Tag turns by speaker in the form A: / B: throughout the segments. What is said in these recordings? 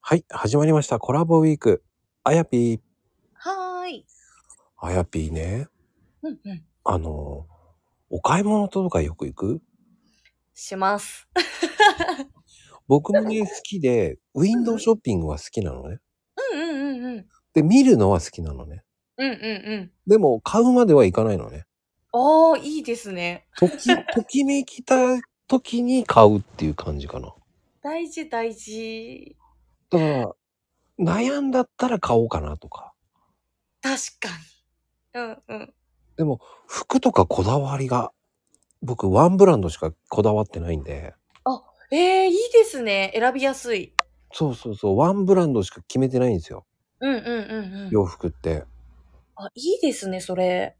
A: はい、始まりました。コラボウィーク。あやぴー。
B: はーい。
A: あやぴーね。
B: うんうん。
A: あの、お買い物とかよく行く
B: します。
A: 僕もね、好きで、ウィンドウショッピングは好きなのね。
B: うんうんうんうん。
A: で、見るのは好きなのね。
B: うんうんうん。
A: でも、買うまではいかないのね。
B: おー、いいですね。
A: と き、ときめきた時に買うっていう感じかな。
B: 大事大事。
A: だから、悩んだったら買おうかなとか。
B: 確かに。うんうん。
A: でも、服とかこだわりが、僕、ワンブランドしかこだわってないんで。
B: えー、いいですね。選びやすい。
A: そうそうそう、ワンブランドしか決めてないんですよ。
B: うんうんうんうん。
A: 洋服って。
B: あ、いいですね、それ。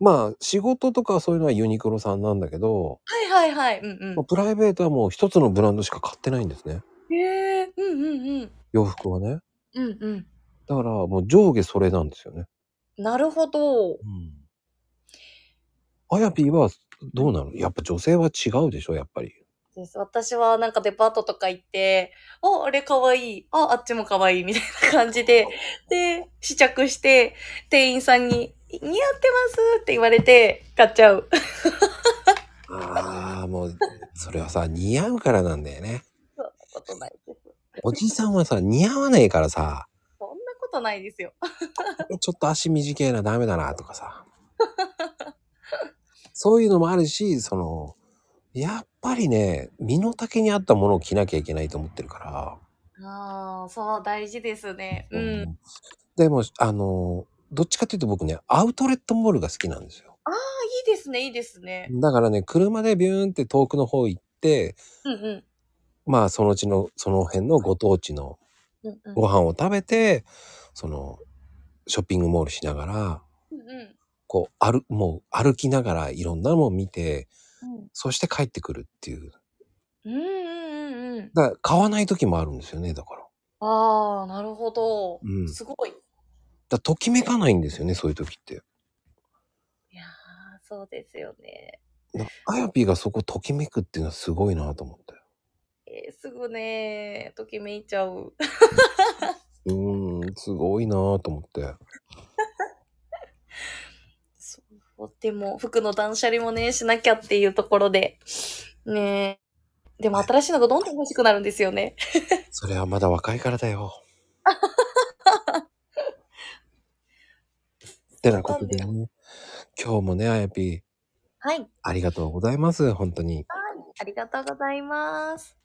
A: まあ、仕事とかそういうのはユニクロさんなんだけど、
B: はいはいはい。うん
A: まあプライベートはもう一つのブランドしか買ってないんですね。
B: うん。えー、うんうんうん。
A: 洋服はね。
B: うんうん。
A: だからもう上下それなんですよね。
B: なるほど。
A: うん。あやぴーはどうなのやっぱ女性は違うでしょやっぱり。
B: です私はなんかデパートとか行って、あ、あれかわいい。あ、あっちもかわいい。みたいな感じで、で、試着して、店員さんに、似合ってますって言われて、買っちゃう。
A: ああ、もう、それはさ、似合うからなんだよね。
B: ことないです。
A: おじさんはさ、似合わねえからさ、
B: そんなことないですよ。
A: ちょっと足短いな、ダメだな、とかさ。そういうのもあるし、その、やっぱりね、身の丈に合ったものを着なきゃいけないと思ってるから。
B: ああ、そう、大事ですね。うん。
A: でも、あの、どっちかというと僕ね、アウトレットモールが好きなんですよ。
B: あいいですね、いいですね。
A: だからね、車でビューンって遠くの方行って、
B: うんうん。
A: まあそのうちの、その辺のご当地の
B: うんうん
A: ご飯を食べて、その、ショッピングモールしながら、
B: うんうん
A: こう、歩、もう歩きながらいろんなもん見て、そして帰ってくるっていう。
B: うんうんうんうん。
A: だから買わない時もあるんですよね、だから。
B: ああ、なるほど。
A: うん。だか
B: すごい。
A: らときめかないんですよね、そういう時って。
B: いやーそうですよね。
A: だからあやぴーがそこときめくっていうのはすごいなと思って。
B: えーすぐね、ときめいちゃう。
A: うーん、すごいなと思って。
B: そうでも、服の断捨離もね、しなきゃっていうところで。ねえ。でも、新しいのがどんどん欲しくなるんですよね。
A: それはまだ若いからだよ。ってなことでね、今日もね、あやぴー、
B: はい。
A: ありがとうございます、本当に。
B: ありがとうございます。